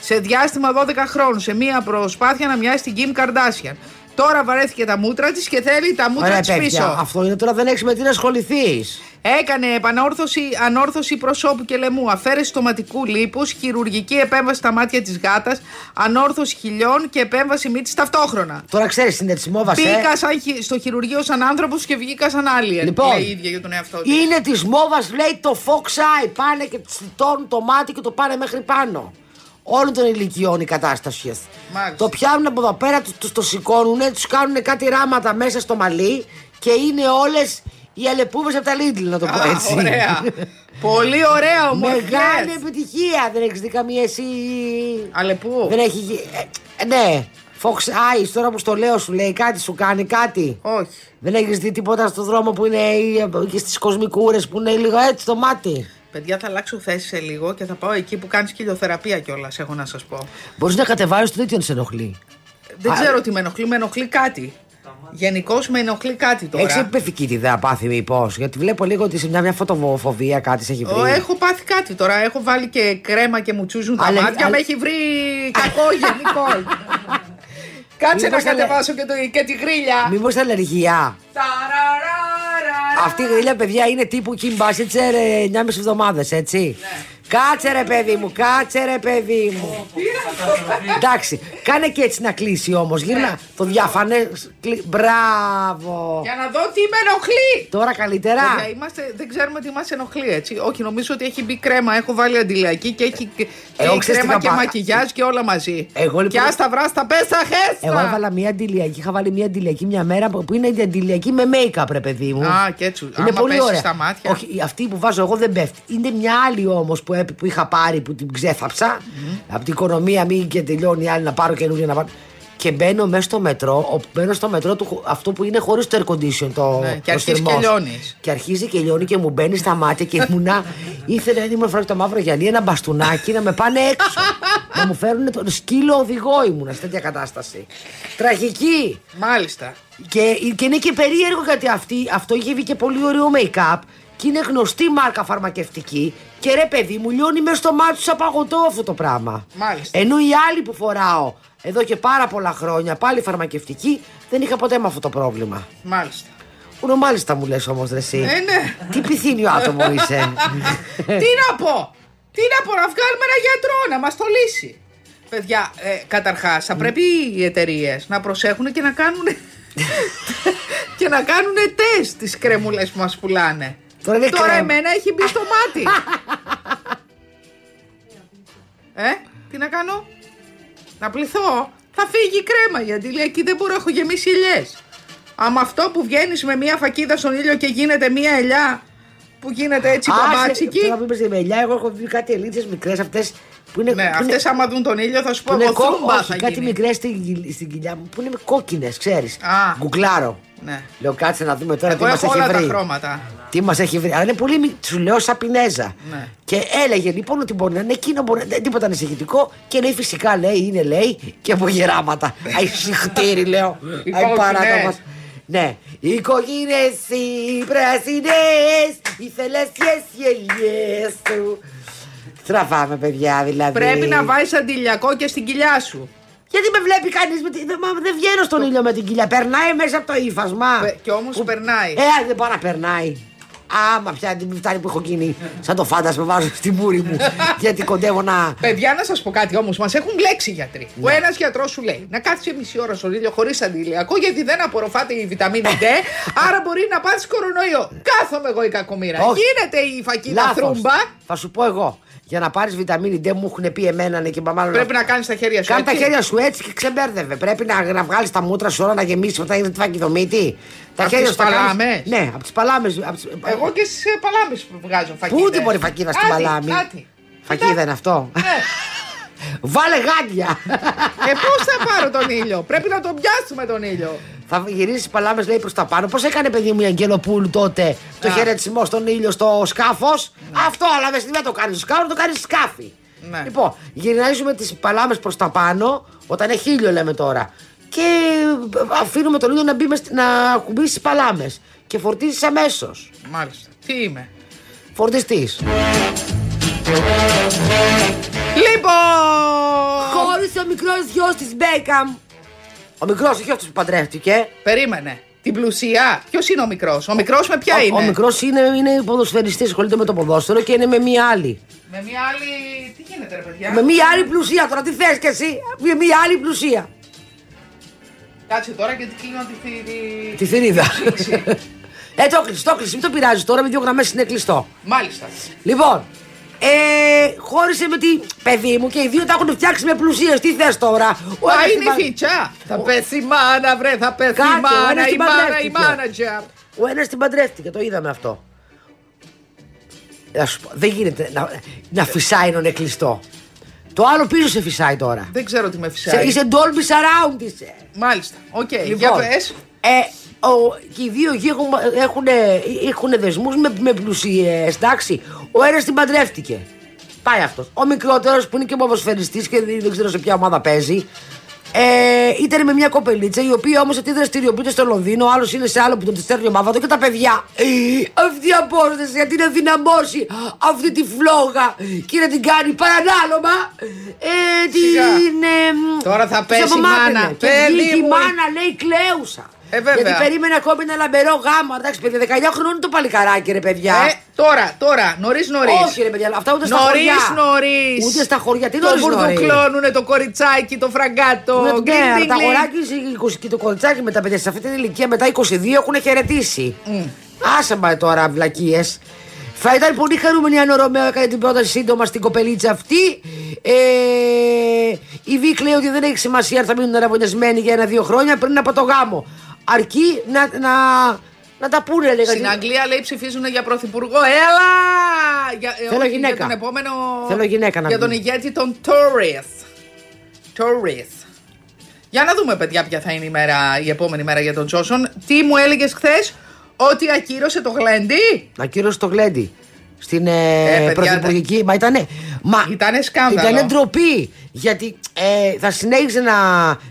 Speaker 2: σε διάστημα 12 χρόνων σε μια προσπάθεια να μοιάζει την Kim Kardashian. Τώρα βαρέθηκε τα μούτρα της και θέλει τα μούτρα
Speaker 3: Ωραία,
Speaker 2: της
Speaker 3: παιδιά,
Speaker 2: πίσω.
Speaker 3: αυτό είναι τώρα δεν έχεις με τι να ασχοληθείς.
Speaker 2: Έκανε επανόρθωση, ανόρθωση προσώπου και λαιμού, αφαίρεση τοματικού λίπους, χειρουργική επέμβαση στα μάτια της γάτας, ανόρθωση χιλιών και επέμβαση μύτη ταυτόχρονα.
Speaker 3: Τώρα ξέρεις, είναι ε. τη μόβα.
Speaker 2: Μπήκα σαν χι- στο χειρουργείο σαν άνθρωπος και βγήκα σαν άλλη.
Speaker 3: Λοιπόν,
Speaker 2: λέει η ίδια για τον εαυτό της.
Speaker 3: Είναι της μόβα, λέει το Fox Eye. Πάνε και τσιτώνουν το μάτι και το πάνε μέχρι πάνω. Όλων των ηλικιών η κατάσταση.
Speaker 2: Μάλιστα.
Speaker 3: Το πιάνουν από εδώ πέρα, τους το σηκώνουν, του κάνουν κάτι ράματα μέσα στο μαλλί και είναι όλες οι αλεπούβε από τα Lidl, να το πω
Speaker 2: Α,
Speaker 3: έτσι.
Speaker 2: ωραία. Πολύ ωραία όμω.
Speaker 3: Μεγάλη επιτυχία. Δεν έχεις δει καμία εσύ.
Speaker 2: Αλεπού.
Speaker 3: Δεν έχει. γι- ε, ναι. Fox Eyes, τώρα που στο λέω σου λέει κάτι, σου κάνει κάτι.
Speaker 2: Όχι.
Speaker 3: Δεν έχεις δει τίποτα στον δρόμο που είναι ή- και στις κοσμικούρες που είναι λίγο έτσι το μάτι.
Speaker 2: Παιδιά, θα αλλάξω θέση σε λίγο και θα πάω εκεί που κάνεις κοιλιοθεραπεία κιόλας, έχω να σας πω.
Speaker 3: Μπορείς να κατεβάζει το τέτοιο να σε ενοχλεί.
Speaker 2: Δεν
Speaker 3: Α,
Speaker 2: ξέρω τι με ενοχλεί, με ενοχλεί κάτι. Γενικώς με ενοχλεί κάτι τώρα.
Speaker 3: Έχεις επιπεθική τη ιδέα πάθη, μήπως. Γιατί βλέπω λίγο ότι σε μια, μια φωτοφοβία κάτι σε έχει βρει.
Speaker 2: Ω, έχω πάθει κάτι τώρα. Έχω βάλει και κρέμα και μου τσούζουν τα
Speaker 3: Αλλά-
Speaker 2: μάτια.
Speaker 3: αλλά-
Speaker 2: Με έχει βρει κακό γενικό. Κάτσε
Speaker 3: Μήπως
Speaker 2: να
Speaker 3: αλλά-
Speaker 2: κατεβάσω και, το, και τη γρίλια.
Speaker 3: Μήπως αλλεργία.
Speaker 2: Ταραραραρα.
Speaker 3: Αυτή η γρήλια, παιδιά, είναι τύπου Kim Basinger ε, 9,5 εβδομάδε, έτσι.
Speaker 2: Ναι.
Speaker 3: Κάτσε ρε, παιδί μου, κάτσε ρε, παιδί μου. Εντάξει, κάνε και έτσι να κλείσει όμως.
Speaker 2: Ναι.
Speaker 3: Γύρνα το διαφανέ. κλει- Μπράβο.
Speaker 2: Για να δω τι με ενοχλεί.
Speaker 3: Τώρα καλύτερα.
Speaker 2: Παιδιά, είμαστε, δεν ξέρουμε τι μας ενοχλεί, έτσι. Όχι, νομίζω ότι έχει μπει κρέμα. Έχω βάλει αντιλιακή και έχει και
Speaker 3: Εγώ ξέρεις τι
Speaker 2: κρέμα
Speaker 3: θα
Speaker 2: και
Speaker 3: πάω.
Speaker 2: μακιγιάζ και όλα μαζί.
Speaker 3: Εγώ, λοιπόν,
Speaker 2: Και άστα βράστα, πέστα, χέστα.
Speaker 3: Εγώ έβαλα μία αντιλιακή. Είχα βάλει μία αντιλιακή μια μέρα που που είναι η αντιλιακή με make-up, ρε παιδί μου.
Speaker 2: Α, και έτσι.
Speaker 3: Είναι
Speaker 2: Άμα
Speaker 3: πολύ
Speaker 2: πέσει
Speaker 3: ωραία.
Speaker 2: στα μάτια.
Speaker 3: Όχι, αυτή που βάζω εγώ δεν πέφτει. Είναι μια άλλη όμως που, έπ- που είχα πάρει που την ξέθαψα. Από την οικονομία, μην και τελειώνει η άλλη να πάρω καινούργια να πάρω. και μπαίνω μέσα στο μετρό, ο- μπαίνω στο μετρό του, χου- αυτό που είναι χωρίς το air condition. Το,
Speaker 2: Ναι, και
Speaker 3: ο
Speaker 2: αρχίζεις
Speaker 3: θερμός.
Speaker 2: και λιώνεις.
Speaker 3: Και αρχίζει και λιώνει και μου μπαίνει στα μάτια
Speaker 2: <laughs>
Speaker 3: και ήμουνα. ήθελα να μου φέρω το μαύρο γυαλί, ένα μπαστούνάκι να με πάνε
Speaker 2: <laughs>
Speaker 3: έξω. να μου φέρουν τον σκύλο οδηγό ήμουνα σε τέτοια κατάσταση. Τραγική.
Speaker 2: Μάλιστα.
Speaker 3: Και, και είναι και περίεργο γιατί αυτή, αυτό είχε βγει και πολύ ωραίο make-up και είναι γνωστή μάρκα φαρμακευτική. Και ρε παιδί μου, λιώνει μέσα στο μάτι τους σαν παγωτό αυτό το πράγμα.
Speaker 2: Μάλιστα.
Speaker 3: Ενώ οι άλλοι που φοράω εδώ και πάρα πολλά χρόνια, πάλι φαρμακευτική, δεν είχα ποτέ με αυτό το πρόβλημα.
Speaker 2: Μάλιστα.
Speaker 3: Ούνο μάλιστα μου λες όμως, ρε εσύ.
Speaker 2: Ε, ναι.
Speaker 3: Τι πιθύνιο άτομο
Speaker 2: <laughs>
Speaker 3: είσαι.
Speaker 2: Τι να πω! Τι να πω, να βγάλουμε ένα γιατρό να μας το λύσει. Παιδιά, ε, καταρχάς, θα πρέπει οι εταιρείες να προσέχουν και να κάνουν.
Speaker 3: <laughs>
Speaker 2: και να κάνουν τεστ τις κρεμούλες που μας πουλάνε.
Speaker 3: Τώρα είναι
Speaker 2: Τώρα
Speaker 3: κρέμ.
Speaker 2: εμένα έχει μπει στο
Speaker 3: <laughs>
Speaker 2: μάτι. ε, τι να κάνω. Να πληθώ. Θα φύγει η κρέμα γιατί λέει εκεί δεν μπορώ, έχω γεμίσει ελιές. Άμα αυτό που βγαίνεις με μία φακίδα στον ήλιο και γίνεται μία ελιά που γίνεται έτσι μπαμπάτσικη.
Speaker 3: Τώρα που είπες τη μελιά, εγώ έχω δει κάτι ελίτσε μικρές αυτές που είναι.
Speaker 2: Ναι,
Speaker 3: που είναι-
Speaker 2: αυτέ άμα δουν τον ήλιο θα σου
Speaker 3: που
Speaker 2: πω
Speaker 3: είναι
Speaker 2: εγώ
Speaker 3: κόκκι-
Speaker 2: θούμπα
Speaker 3: όχι,
Speaker 2: θα
Speaker 3: κάτι
Speaker 2: γίνει.
Speaker 3: μικρές στην, κοιλ- στην κοιλιά μου που είναι κόκκινες, ξέρεις.
Speaker 2: Α.
Speaker 3: Γκουγκλάρω.
Speaker 2: Ναι.
Speaker 3: Λέω κάτσε να δούμε τώρα
Speaker 2: Εγώ
Speaker 3: τι
Speaker 2: έχω
Speaker 3: μα
Speaker 2: όλα
Speaker 3: έχει
Speaker 2: τα
Speaker 3: βρει.
Speaker 2: χρώματα.
Speaker 3: Τι μας έχει βρει. Αλλά είναι πολύ μι- σου λέω σαπινέζα.
Speaker 2: Ναι.
Speaker 3: Και έλεγε λοιπόν ότι μπορεί να είναι εκείνο, μπορεί να είναι τίποτα ανησυχητικό και λέει φυσικά λέει είναι λέει και από γεράματα. Αϊ συχτήρι λέω.
Speaker 2: Ναι. Οι
Speaker 3: Αϊ παράτα
Speaker 2: κόκκινες.
Speaker 3: μας. Ναι. Οι κοκκινές, οι πράσινες, οι θελασσιές γελιές του. Τραβάμε παιδιά δηλαδή.
Speaker 2: Πρέπει να βάζεις αντιλιακό και στην κοιλιά σου.
Speaker 3: Γιατί με βλέπει κανείς. Δεν βγαίνω στον ήλιο με την κοιλιά. Περνάει μέσα από το ύφασμα.
Speaker 2: Πε- και όμως
Speaker 3: Που-
Speaker 2: περνάει.
Speaker 3: Ε, δεν μπορεί να περνάει. Άμα πια την φτάνει που έχω γίνει. Σαν το φάντασμα βάζω στη μούρη
Speaker 2: <laughs>
Speaker 3: μου. γιατί κοντεύω να.
Speaker 2: Παιδιά, να σας πω κάτι όμως. Μας έχουν μπλέξει οι γιατροί.
Speaker 3: Ναι.
Speaker 2: Ο ένας γιατρός σου λέει να κάτσει μισή ώρα στον ήλιο χωρίς αντιλιακό γιατί δεν απορροφάται η βιταμίνη
Speaker 3: <laughs>
Speaker 2: D, άρα μπορεί να πάθεις κορονοϊό. Κάθομαι εγώ η κακομήρα.
Speaker 3: Όχι.
Speaker 2: Γίνεται η φακίδα
Speaker 3: Λάθος.
Speaker 2: θρούμπα.
Speaker 3: Θα σου πω εγώ. Για να πάρεις βιταμίνη D μου έχουν πει εμένα ναι, και μάλλον.
Speaker 2: Πρέπει να κάνεις τα χέρια σου.
Speaker 3: Κάνε τα
Speaker 2: έτσι.
Speaker 3: χέρια σου έτσι και ξεμπέρδευε. Πρέπει να, να βγάλεις τα μούτρα σου όλα να γεμίσεις μετά είναι τυφακιδομήτη. Τα
Speaker 2: Απ' τις
Speaker 3: σου τα κάνεις-
Speaker 2: παλάμες?
Speaker 3: Ναι, από τις παλάμες.
Speaker 2: Εγώ και στι παλάμε που βγάζω φακίδα.
Speaker 3: Πού την μπορεί φακίδα στην παλάμη. Φακίδα είναι αυτό.
Speaker 2: Ναι.
Speaker 3: Βάλε γάντια.
Speaker 2: Ε, πώς θα πάρω τον ήλιο. Πρέπει να τον πιάσουμε τον ήλιο.
Speaker 3: Θα γυρίσει παλάμες, λέει προς τα πάνω. Πώς έκανε παιδί μου η Αγγελοπούλου τότε το
Speaker 2: Να.
Speaker 3: χαιρετισμό στον ήλιο στο σκάφος. Αυτό, αλλά μες στιγμή δεν το κάνεις στο σκάφο, το κάνεις σκάφι.
Speaker 2: Ναι.
Speaker 3: Λοιπόν, γυρνάζουμε τις παλάμες προς τα πάνω, όταν έχει ήλιο λέμε τώρα. Και αφήνουμε τον ήλιο να, μπει μες- να κουμπίσει τις παλάμες. Και φορτίζεις αμέσως.
Speaker 2: Μάλιστα. Τι είμαι.
Speaker 3: Φορτιστή.
Speaker 2: Λοιπόν.
Speaker 3: Χώρισε ο μικρός γιος της Μπέκαμ. Ο μικρός γιο του που παντρεύτηκε.
Speaker 2: Περίμενε. Την πλουσία. Ποιος είναι ο μικρός. Ο μικρός με ποια
Speaker 3: ο,
Speaker 2: είναι.
Speaker 3: Ο μικρός είναι, είναι ποδοσφαιριστής, ασχολείται με το ποδόσφαιρο και είναι με μία άλλη.
Speaker 2: Με μια άλλη. Τι γίνεται, ρε παιδιά.
Speaker 3: Με μία άλλη πλουσία τώρα, τι θες κι εσύ, με μία άλλη πλουσία.
Speaker 2: Κάτσε τώρα και την κλείνω τη θηρή.
Speaker 3: Τη
Speaker 2: <laughs>
Speaker 3: θηρίδα. ε, το κλείσει, το κλείσει, μην το πειράζει τώρα, με δύο γραμμές είναι κλειστό.
Speaker 2: Μάλιστα.
Speaker 3: Λοιπόν, ε, χώρισε με τη παιδί μου και οι δύο τα έχουν φτιάξει με πλουσίες. Τι θες τώρα, ο
Speaker 2: Μα
Speaker 3: ένας
Speaker 2: είναι η
Speaker 3: την πα-
Speaker 2: φίτσα. Θα πέσει η μάνα, βρε, θα πέσει
Speaker 3: Κάτσε,
Speaker 2: η
Speaker 3: ο
Speaker 2: μάνα, η
Speaker 3: ένας την
Speaker 2: μάνα, η
Speaker 3: παντρεύτηκε.
Speaker 2: μάνατζερ.
Speaker 3: Ο ένας την παντρεύτηκε, το είδαμε αυτό. Να σου πω, δεν γίνεται να, να φυσάει να είναι κλειστό. Το άλλο πίσω σε φυσάει τώρα.
Speaker 2: Δεν ξέρω τι με
Speaker 3: Σε,
Speaker 2: φυσάει.
Speaker 3: είσαι Dolby Surround είσαι.
Speaker 2: Μάλιστα. Οκ, για
Speaker 3: Λοιπόν,
Speaker 2: πες.
Speaker 3: ε, ο, και οι δύο γη έχουν, έχουνε- είχουνε δεσμούς με, με πλουσίες, εντάξει. Ο ένας την παντρεύτηκε. Πάει αυτός. Ο μικρότερος που είναι και ποδοσφαιριστής και δεν ξέρω σε ποια ομάδα παίζει. Ε, ήταν με μια κοπελίτσα η οποία όμως αυτή δραστηριοποιείται στο Λονδίνο, ο άλλος είναι σε άλλο που τον τη στέλνει μαύρο και τα παιδιά. Ε, αυτή η απόσταση γιατί να δυναμώσει αυτή τη φλόγα και να την κάνει παρανάλωμα. Ε,
Speaker 2: Σιγά.
Speaker 3: την, ε, μ,
Speaker 2: Τώρα θα
Speaker 3: της
Speaker 2: πέσει η
Speaker 3: απομάκρυνε.
Speaker 2: μάνα.
Speaker 3: Και
Speaker 2: Παιδί
Speaker 3: βγήκε η
Speaker 2: μου.
Speaker 3: μάνα λέει κλαίουσα.
Speaker 2: Ε, βέβαια.
Speaker 3: Γιατί περίμενε ακόμη ένα λαμπερό γάμο. Εντάξει, παιδιά, 19 χρονών το παλικαράκι, ρε παιδιά.
Speaker 2: Ε, τώρα, τώρα, νωρίς νωρίς.
Speaker 3: Όχι, ρε παιδιά, αλλά αυτά ούτε στα
Speaker 2: Νωρίς,
Speaker 3: χωριά.
Speaker 2: νωρίς.
Speaker 3: Ούτε στα χωριά. Τι
Speaker 2: Το
Speaker 3: νωρίς, νωρί.
Speaker 2: μπουρδουκλώνουνε το κοριτσάκι, το φραγκάτο.
Speaker 3: Ναι,
Speaker 2: Γκλιν,
Speaker 3: ναι,
Speaker 2: γκλιν,
Speaker 3: τα
Speaker 2: γκλιν.
Speaker 3: αγοράκι σε 20 και το κοριτσάκι με τα παιδιά σε αυτή την ηλικία μετά 22 έχουν χαιρετήσει.
Speaker 2: Mm.
Speaker 3: Άσε με τώρα βλακίες. Θα ήταν πολύ χαρούμενη αν ο Ρωμαίο έκανε την πρόταση σύντομα στην κοπελίτσα αυτή. Ε, η Βίκ λέει ότι δεν έχει σημασία αν θα μείνουν αραβωνιασμένοι για ένα-δύο χρόνια πριν από το γάμο. Αρκεί να, να, να τα πούνε, λέγανε.
Speaker 2: Στην Αγγλία λέει ψηφίζουν για πρωθυπουργό. Έλα! Για, ε,
Speaker 3: Θέλω
Speaker 2: όχι,
Speaker 3: γυναίκα.
Speaker 2: Για τον επόμενο.
Speaker 3: Θέλω γυναίκα να
Speaker 2: Για τον
Speaker 3: βγει.
Speaker 2: ηγέτη των Tories. Tories. Για να δούμε, παιδιά, ποια θα είναι η, μέρα, η επόμενη μέρα για τον Τζόσον. Τι μου έλεγες χθες, Ότι ακύρωσε το γλέντι.
Speaker 3: Να κύρωσε το γλέντι. Στην ε,
Speaker 2: παιδιά,
Speaker 3: πρωθυπουργική. Μα ήτανε. Μα,
Speaker 2: Ήτανε σκάνδαλο.
Speaker 3: Ήτανε ντροπή. Γιατί ε, θα συνέχιζε να,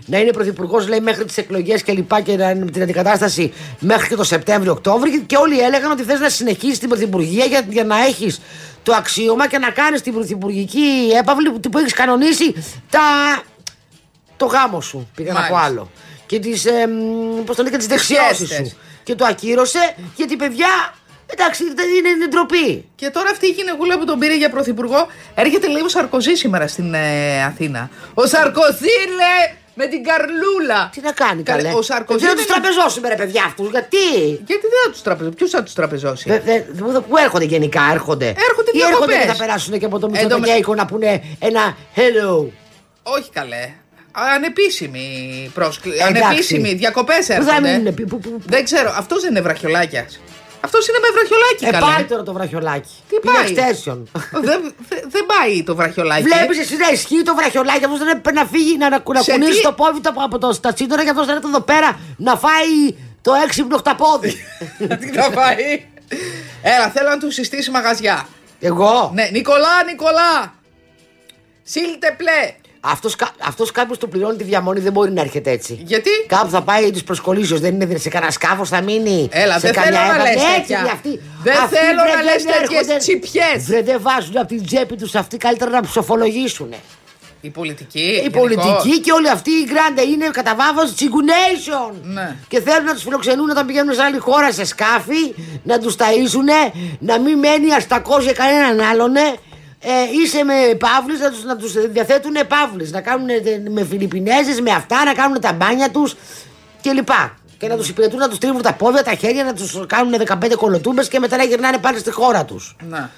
Speaker 3: να είναι πρωθυπουργός, λέει, μέχρι τις εκλογές και λοιπά και να, την αντικατάσταση μέχρι και το Σεπτέμβριο-Οκτώβριο. Και, και όλοι έλεγαν ότι θες να συνεχίσεις την πρωθυπουργία για, για να έχεις το αξίωμα και να κάνεις την πρωθυπουργική έπαυλη που, που έχεις κανονίσει τα, το γάμο σου. Πήγα να πω
Speaker 2: Μάλιστα.
Speaker 3: άλλο. Και τις. Ε, Πώς το λένε, τις δεξιώσεις
Speaker 2: Φιέστες.
Speaker 3: σου. Και το ακύρωσε γιατί παιδιά. Εντάξει, είναι, είναι ντροπή.
Speaker 2: Και τώρα αυτή η γυναικούλα που τον πήρε για πρωθυπουργό έρχεται λίγο Σαρκοζή σήμερα στην ε, Αθήνα. Ο Σαρκοζή, λέει, με την καρλούλα.
Speaker 3: Τι να κάνει,
Speaker 2: Καλέ,
Speaker 3: καλέ.
Speaker 2: Ο Σαρκοζή.
Speaker 3: Δεν θα
Speaker 2: δεν
Speaker 3: τους
Speaker 2: είναι-
Speaker 3: τραπεζώσουμε, ρε παιδιά αυτούς. Γιατί.
Speaker 2: Γιατί δεν θα τους τραπεζώσει. Ποιος θα τους τραπεζώσει.
Speaker 3: Δε- δε- δε- δε- Πού έρχονται γενικά, έρχονται.
Speaker 2: Έρχονται
Speaker 3: Ή έρχονται
Speaker 2: διακοπές.
Speaker 3: και θα περάσουν και από το
Speaker 2: Εν τω με-
Speaker 3: Μητσοτοκέικο να πούνε ένα hello.
Speaker 2: Όχι καλέ. Ανεπίσημη πρόσκληση.
Speaker 3: Εντάξει.
Speaker 2: Ανεπίσημη. Διακοπές
Speaker 3: Πού θα μείνουν,
Speaker 2: έρχονται.
Speaker 3: πι- πού- πού-
Speaker 2: Δεν ξέρω. Αυτός δεν είναι βραχιολάκιας. Αυτός είναι με βραχιολάκι,
Speaker 3: Ε,
Speaker 2: καλέ.
Speaker 3: πάει τώρα το βραχιολάκι.
Speaker 2: Τι
Speaker 3: Πήγε
Speaker 2: πάει?
Speaker 3: extension.
Speaker 2: Δεν δε- δεν πάει το βραχιολάκι.
Speaker 3: Βλέπεις εσύ να ισχύει το βραχιολάκι, αυτός δεν έπρεπε να φύγει να, να, να
Speaker 2: Σε
Speaker 3: κουνήσει
Speaker 2: τι-
Speaker 3: το πόδι του από, από το, τα σύνορα και αυτός να έρθει εδώ πέρα να φάει το έξυπνο χταπόδι.
Speaker 2: <laughs> <laughs> Τι να πάει. Έλα, θέλω να του συστήσει μαγαζιά.
Speaker 3: Εγώ.
Speaker 2: Ναι, Νικολά, Νικολά! Σίλτε πλέ!
Speaker 3: Αυτός, κα- αυτός κάποιος του πληρώνει τη διαμονή δεν μπορεί να έρχεται έτσι.
Speaker 2: Γιατί?
Speaker 3: Κάπου θα πάει τη προσκολήσεω. Δεν είναι σε κανένα σκάφος, θα μείνει.
Speaker 2: Έλα,
Speaker 3: σε
Speaker 2: δεν
Speaker 3: κανένα
Speaker 2: θέλω να
Speaker 3: έδαφος.
Speaker 2: λες
Speaker 3: Έτσι,
Speaker 2: τέτοια.
Speaker 3: βρε, αυτοί-
Speaker 2: Δεν
Speaker 3: αυτοί,
Speaker 2: θέλω
Speaker 3: βρε,
Speaker 2: να
Speaker 3: δεν
Speaker 2: λες τέτοιες
Speaker 3: έρχονται.
Speaker 2: τσιπιές.
Speaker 3: Βρε, δεν βάζουν από την τσέπη τους αυτοί. Καλύτερα να ψοφολογήσουν.
Speaker 2: Η πολιτική.
Speaker 3: Ε, Η
Speaker 2: γενικώς.
Speaker 3: πολιτική και όλοι αυτοί οι γκράντε είναι κατά βάθος τσιγκουνέισιον.
Speaker 2: Ναι.
Speaker 3: Και θέλουν να τους φιλοξενούν όταν πηγαίνουν σε άλλη χώρα σε σκάφη, να τους ταΐσουν, να μην μένει αστακός για κανέναν άλλον. ε. Ε, είσαι με παύλε, να τους να τους διαθέτουν παύλες. Να κάνουν με Φιλιππινέζες, με αυτά, να κάνουν τα μπάνια τους κλπ. Και να τους υπηρετούν, να τους τρίβουν τα πόδια, τα χέρια, να τους κάνουν 15 κολοτούμπες και μετά να γυρνάνε πάλι στη χώρα τους.
Speaker 2: Να.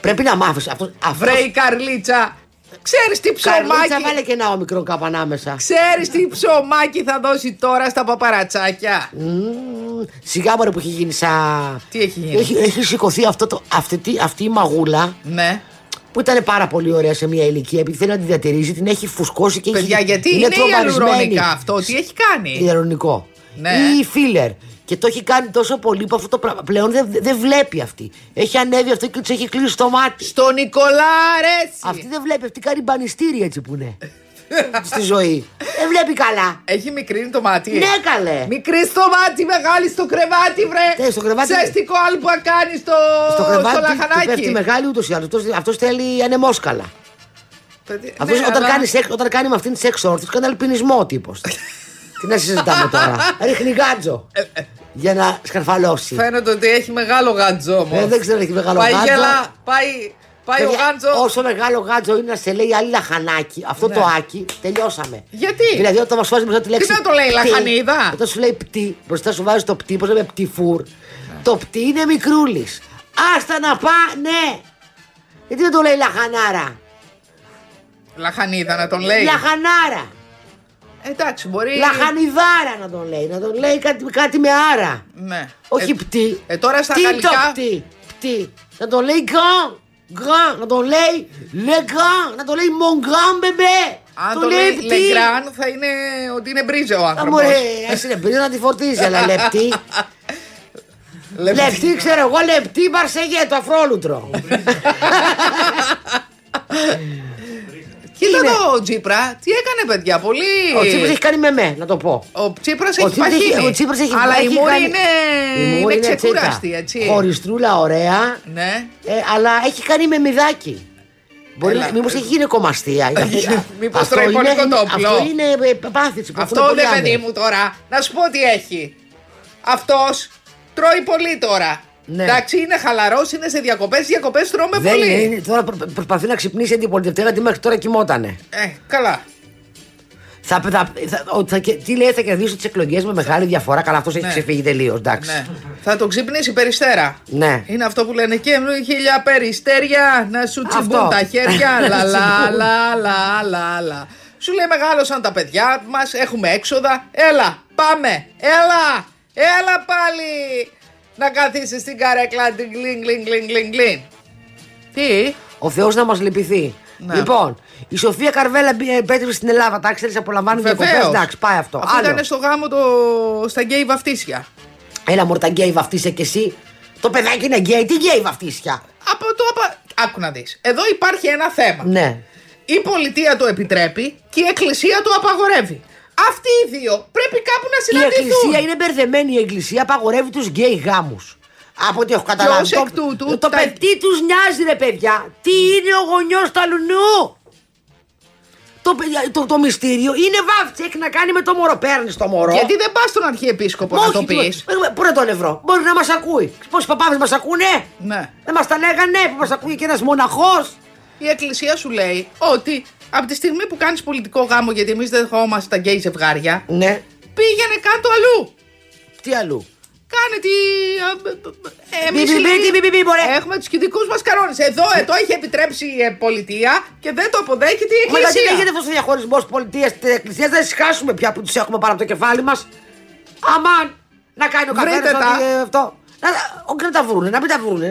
Speaker 3: Πρέπει να μάθεις αυτός. Αυτός.
Speaker 2: Βρε η καρλίτσα! Ξέρεις τι
Speaker 3: Καρλίτσα,
Speaker 2: ψωμάκι.
Speaker 3: βάλε και ένα όμικρο κάπου ανάμεσα.
Speaker 2: Ξέρεις τι ψωμάκι θα δώσει τώρα στα παπαρατσάκια.
Speaker 3: Μμμ, Σιγά μωρέ που έχει γίνει σαν.
Speaker 2: Τι έχει γίνει?
Speaker 3: Έχει, έχει σηκωθεί αυτό το, αυτή, τη- αυτή η μαγούλα
Speaker 2: Ναι.
Speaker 3: που ήταν πάρα πολύ ωραία σε μια ηλικία επειδή θέλει να τη διατηρήσει, την έχει φουσκώσει και
Speaker 2: Παιδιά,
Speaker 3: έχει.
Speaker 2: γιατί είναι, η
Speaker 3: τρομαρισμένη.
Speaker 2: αλουρόνικα αυτό, τι έχει κάνει.
Speaker 3: Ιαλουρονικό.
Speaker 2: Ναι.
Speaker 3: Ή φίλερ. Και το έχει κάνει τόσο πολύ που αυτό το πράγμα πλέον δεν, δεν βλέπει αυτή. Έχει ανέβει αυτό και τη έχει κλείσει το μάτι.
Speaker 2: Στο Νικολά, ρε, εσύ.
Speaker 3: Αυτή δεν βλέπει, αυτή κάνει μπανιστήρι έτσι που είναι. <laughs> στη ζωή. Δεν βλέπει καλά.
Speaker 2: Έχει μικρύνει το μάτι. ε.
Speaker 3: Ναι, καλέ.
Speaker 2: Μικρή στο μάτι, μεγάλη στο κρεβάτι, βρε.
Speaker 3: Ναι, στο κρεβάτι.
Speaker 2: Ζεστικό άλλο που κάνεις στο,
Speaker 3: Στο κρεβάτι του- του
Speaker 2: λαχανάκι.
Speaker 3: πέφτει μεγάλη ούτως ή άλλως. Αυτός θέλει ανεμόσκαλα.
Speaker 2: Ε, Παιδί-
Speaker 3: Αυτός
Speaker 2: ναι,
Speaker 3: όταν,
Speaker 2: αλλά-
Speaker 3: κάνεις σεξ, όταν κάνει με αυτήν σεξ όρθιος, κάνει αλπινισμό ο
Speaker 2: <laughs>
Speaker 3: τύπος. Τι να συζητάμε τώρα. Ρίχνει γκάτζο.
Speaker 2: Ε,
Speaker 3: για να σκαρφαλώσει.
Speaker 2: Φαίνεται ότι έχει μεγάλο γάντζο όμως.
Speaker 3: Ε, δεν ξέρω αν έχει μεγάλο
Speaker 2: πάει
Speaker 3: γάντζο.
Speaker 2: γελά, πάει, πάει ο
Speaker 3: Παιδιά,
Speaker 2: γάντζο. Ναι.
Speaker 3: Όσο μεγάλο γάντζο είναι να σε λέει άλλη λαχανάκι, αυτό το άκι, τελειώσαμε.
Speaker 2: Γιατί?
Speaker 3: Δηλαδή όταν μας βάζει μπροστά τη λέξη.
Speaker 2: να το λέει,
Speaker 3: πτή,
Speaker 2: λαχανίδα?
Speaker 3: Όταν σου λέει πτή, μπροστά σου βάζεις το πτή, πώς λέμε πτυφούρ.
Speaker 2: Ναι.
Speaker 3: Το πτή είναι μικρούλης. Άστα να πά, ναι. Γιατί δεν το λέει λαχανάρα.
Speaker 2: Λαχανίδα να τον λέει. Ε,
Speaker 3: Λαχανάρα.
Speaker 2: Εντάξει, μπορεί.
Speaker 3: Λαχανιδάρα να τον λέει. Να τον λέει κάτι, κάτι με άρα.
Speaker 2: Ναι.
Speaker 3: Όχι
Speaker 2: Ε,
Speaker 3: πτή.
Speaker 2: ε, τώρα στα
Speaker 3: Τι
Speaker 2: γαλλικά-
Speaker 3: το πτή. Πτή. Να τον λέει γκραν. Γκραν. Να τον λέει le grand. Να τον λέει mon grand bébé.
Speaker 2: Αν
Speaker 3: Τον
Speaker 2: το λέει
Speaker 3: πτή.
Speaker 2: Λεγκράν θα είναι ότι είναι μπρίζε ο
Speaker 3: Α,
Speaker 2: άνθρωπος.
Speaker 3: μωρέ, ας είναι πριν να τη φορτίζει,
Speaker 2: <laughs>
Speaker 3: αλλά λεπτή. λεπτή, ξέρω εγώ, λεπτή Μαρσεγέ, το αφρόλουτρο.
Speaker 2: Κοίτα
Speaker 3: είναι.
Speaker 2: εδώ ο Τσίπρα, τι έκανε παιδιά, πολύ.
Speaker 3: Ο Τσίπρας έχει κάνει με με, να το πω.
Speaker 2: Ο Τσίπρας
Speaker 3: Ο
Speaker 2: έχει
Speaker 3: Τσίπρας
Speaker 2: παχύνει.
Speaker 3: έχει- ο Τσίπρας έχει
Speaker 2: Αλλά η
Speaker 3: έχει
Speaker 2: Μούρη
Speaker 3: κάνει-
Speaker 2: είναι,
Speaker 3: Η Μούρη
Speaker 2: είναι
Speaker 3: τσίτα.
Speaker 2: Ε, ξεκούραστη, έτσι.
Speaker 3: Χωριστρούλα, ωραία.
Speaker 2: Ναι.
Speaker 3: Ε, αλλά έχει κάνει με μηδάκι. Μπορεί,
Speaker 2: Έλα. Ε,
Speaker 3: μήπως έχει γυναικομαστία.
Speaker 2: Μήπως
Speaker 3: Αυτό
Speaker 2: τρώει πολύ
Speaker 3: είναι-
Speaker 2: κοτόπουλο.
Speaker 3: Αυτό είναι ε, πάθηση. που έχουν
Speaker 2: Αυτό
Speaker 3: πολλοί
Speaker 2: δεν
Speaker 3: άνδρες.
Speaker 2: παιδί μου τώρα. Να σου πω τι έχει. Αυτός τρώει πολύ τώρα.
Speaker 3: Ναι.
Speaker 2: Εντάξει, είναι χαλαρός, είναι σε διακοπές. Διακοπές τρώμε
Speaker 3: Δεν
Speaker 2: πολύ.
Speaker 3: είναι, είναι- τώρα προ- προσπαθεί να ξυπνήσει αντιπολιτευτέρα γιατί μέχρι τώρα κοιμότανε.
Speaker 2: Ε, καλά.
Speaker 3: Θα, θα, θα, ότι θα, και- τι λέει, θα κερδίσω τις εκλογές με μεγάλη διαφορά. Καλά, αυτός έχει
Speaker 2: Ναι.
Speaker 3: ξεφύγει τελείως. Εντάξει.
Speaker 2: Ναι. Θα τον ξυπνήσει περιστέρα.
Speaker 3: Ναι.
Speaker 2: Είναι αυτό που λένε και μου χίλια περιστέρια να σου
Speaker 3: Αυτό.
Speaker 2: τσιμπούν τα
Speaker 3: <laughs>
Speaker 2: χέρια.
Speaker 3: Να
Speaker 2: λα, λα,
Speaker 3: τσιμπούν.
Speaker 2: λα, λα, λα, λα. Σου λέει μεγάλωσαν τα παιδιά μας, έχουμε έξοδα. Έλα, πάμε, έλα, έλα πάλι να καθίσει στην καρέκλα. Γκλιν, γκλιν, γκλιν, γκλιν, γκλιν. Τι,
Speaker 3: Ο Θεός να μας λυπηθεί.
Speaker 2: Ναι.
Speaker 3: Λοιπόν, Η Σοφία Καρβέλα μπή- επέτρεψε στην Ελλάδα, τα ξέρεις, απολαμβάνει διακοπές.
Speaker 2: Βεβαίως.
Speaker 3: Εντάξει, πάει αυτό.
Speaker 2: Αυτό
Speaker 3: Άλλο.
Speaker 2: ήταν στο γάμο το... στα γκέι βαφτίσια.
Speaker 3: Έλα, μορταγκέι, βαφτίσε κι εσύ. Το παιδάκι είναι γκέι, τι γκέι βαφτίσια.
Speaker 2: Από το. απα- Άκου να δεις. Εδώ υπάρχει ένα θέμα.
Speaker 3: Ναι.
Speaker 2: Η πολιτεία το επιτρέπει και η εκκλησία το απαγορεύει. Αυτοί οι δύο πρέπει κάπου να
Speaker 3: Η
Speaker 2: συναντηθούν.
Speaker 3: εκκλησία είναι μπερδεμένη. Η εκκλησία απαγορεύει τους γκέι γάμους. Από ό,τι έχω καταλάβει.
Speaker 2: ως εκ τούτου, τα-
Speaker 3: το, παιδί τους νοιάζει, ρε παιδιά. Τι είναι ο γονιός του αλουνού. Το, παιδιά- το, το μυστήριο είναι βάφτιση. Έχει να κάνει με το μωρό. Παίρνεις το μωρό.
Speaker 2: Γιατί δεν πας στον αρχιεπίσκοπο
Speaker 3: Όχι,
Speaker 2: να το
Speaker 3: τι-
Speaker 2: πει.
Speaker 3: ε, Πού είναι το νευρό. Μπορεί να μας ακούει. Πόσοι παπάδες μας ακούνε.
Speaker 2: Ναι.
Speaker 3: Δεν μας τα λέγανε που μας ακούει και ένας μοναχός.
Speaker 2: Η εκκλησία σου λέει ότι από τη στιγμή που κάνεις πολιτικό γάμο, γιατί εμείς δεν δεχόμαστε τα γκέι ζευγάρια,
Speaker 3: Ναι.
Speaker 2: πήγαινε κάτω αλλού.
Speaker 3: Τι αλλού.
Speaker 2: Κάνε τη. Εμεί
Speaker 3: Μπι, μπι, μπι, μπι, μπι, μπι, μωρέ.
Speaker 2: ε, έχουμε τους δικού μας κανόνες. Εδώ ε, το έχει επιτρέψει η ε, πολιτεία και δεν το αποδέχεται η
Speaker 3: Μα γιατί δεν γίνεται
Speaker 2: εκκλησία.
Speaker 3: αυτός ο διαχωρισμός πολιτείας και εκκλησίας, δεν συχάσουμε πια που τους έχουμε πάνω από το κεφάλι μας. Αμάν! Να κάνει ο καθένα
Speaker 2: Βρείτε τα.
Speaker 3: αυτό. Να, όχι να τα βρούνε, να μην τα βρούνε.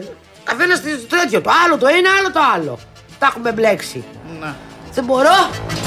Speaker 3: Καθένα το τέτοιο. Το άλλο το ένα, άλλο το άλλο. Τα έχουμε μπλέξει.
Speaker 2: Ναι.
Speaker 3: Δεν μπορώ.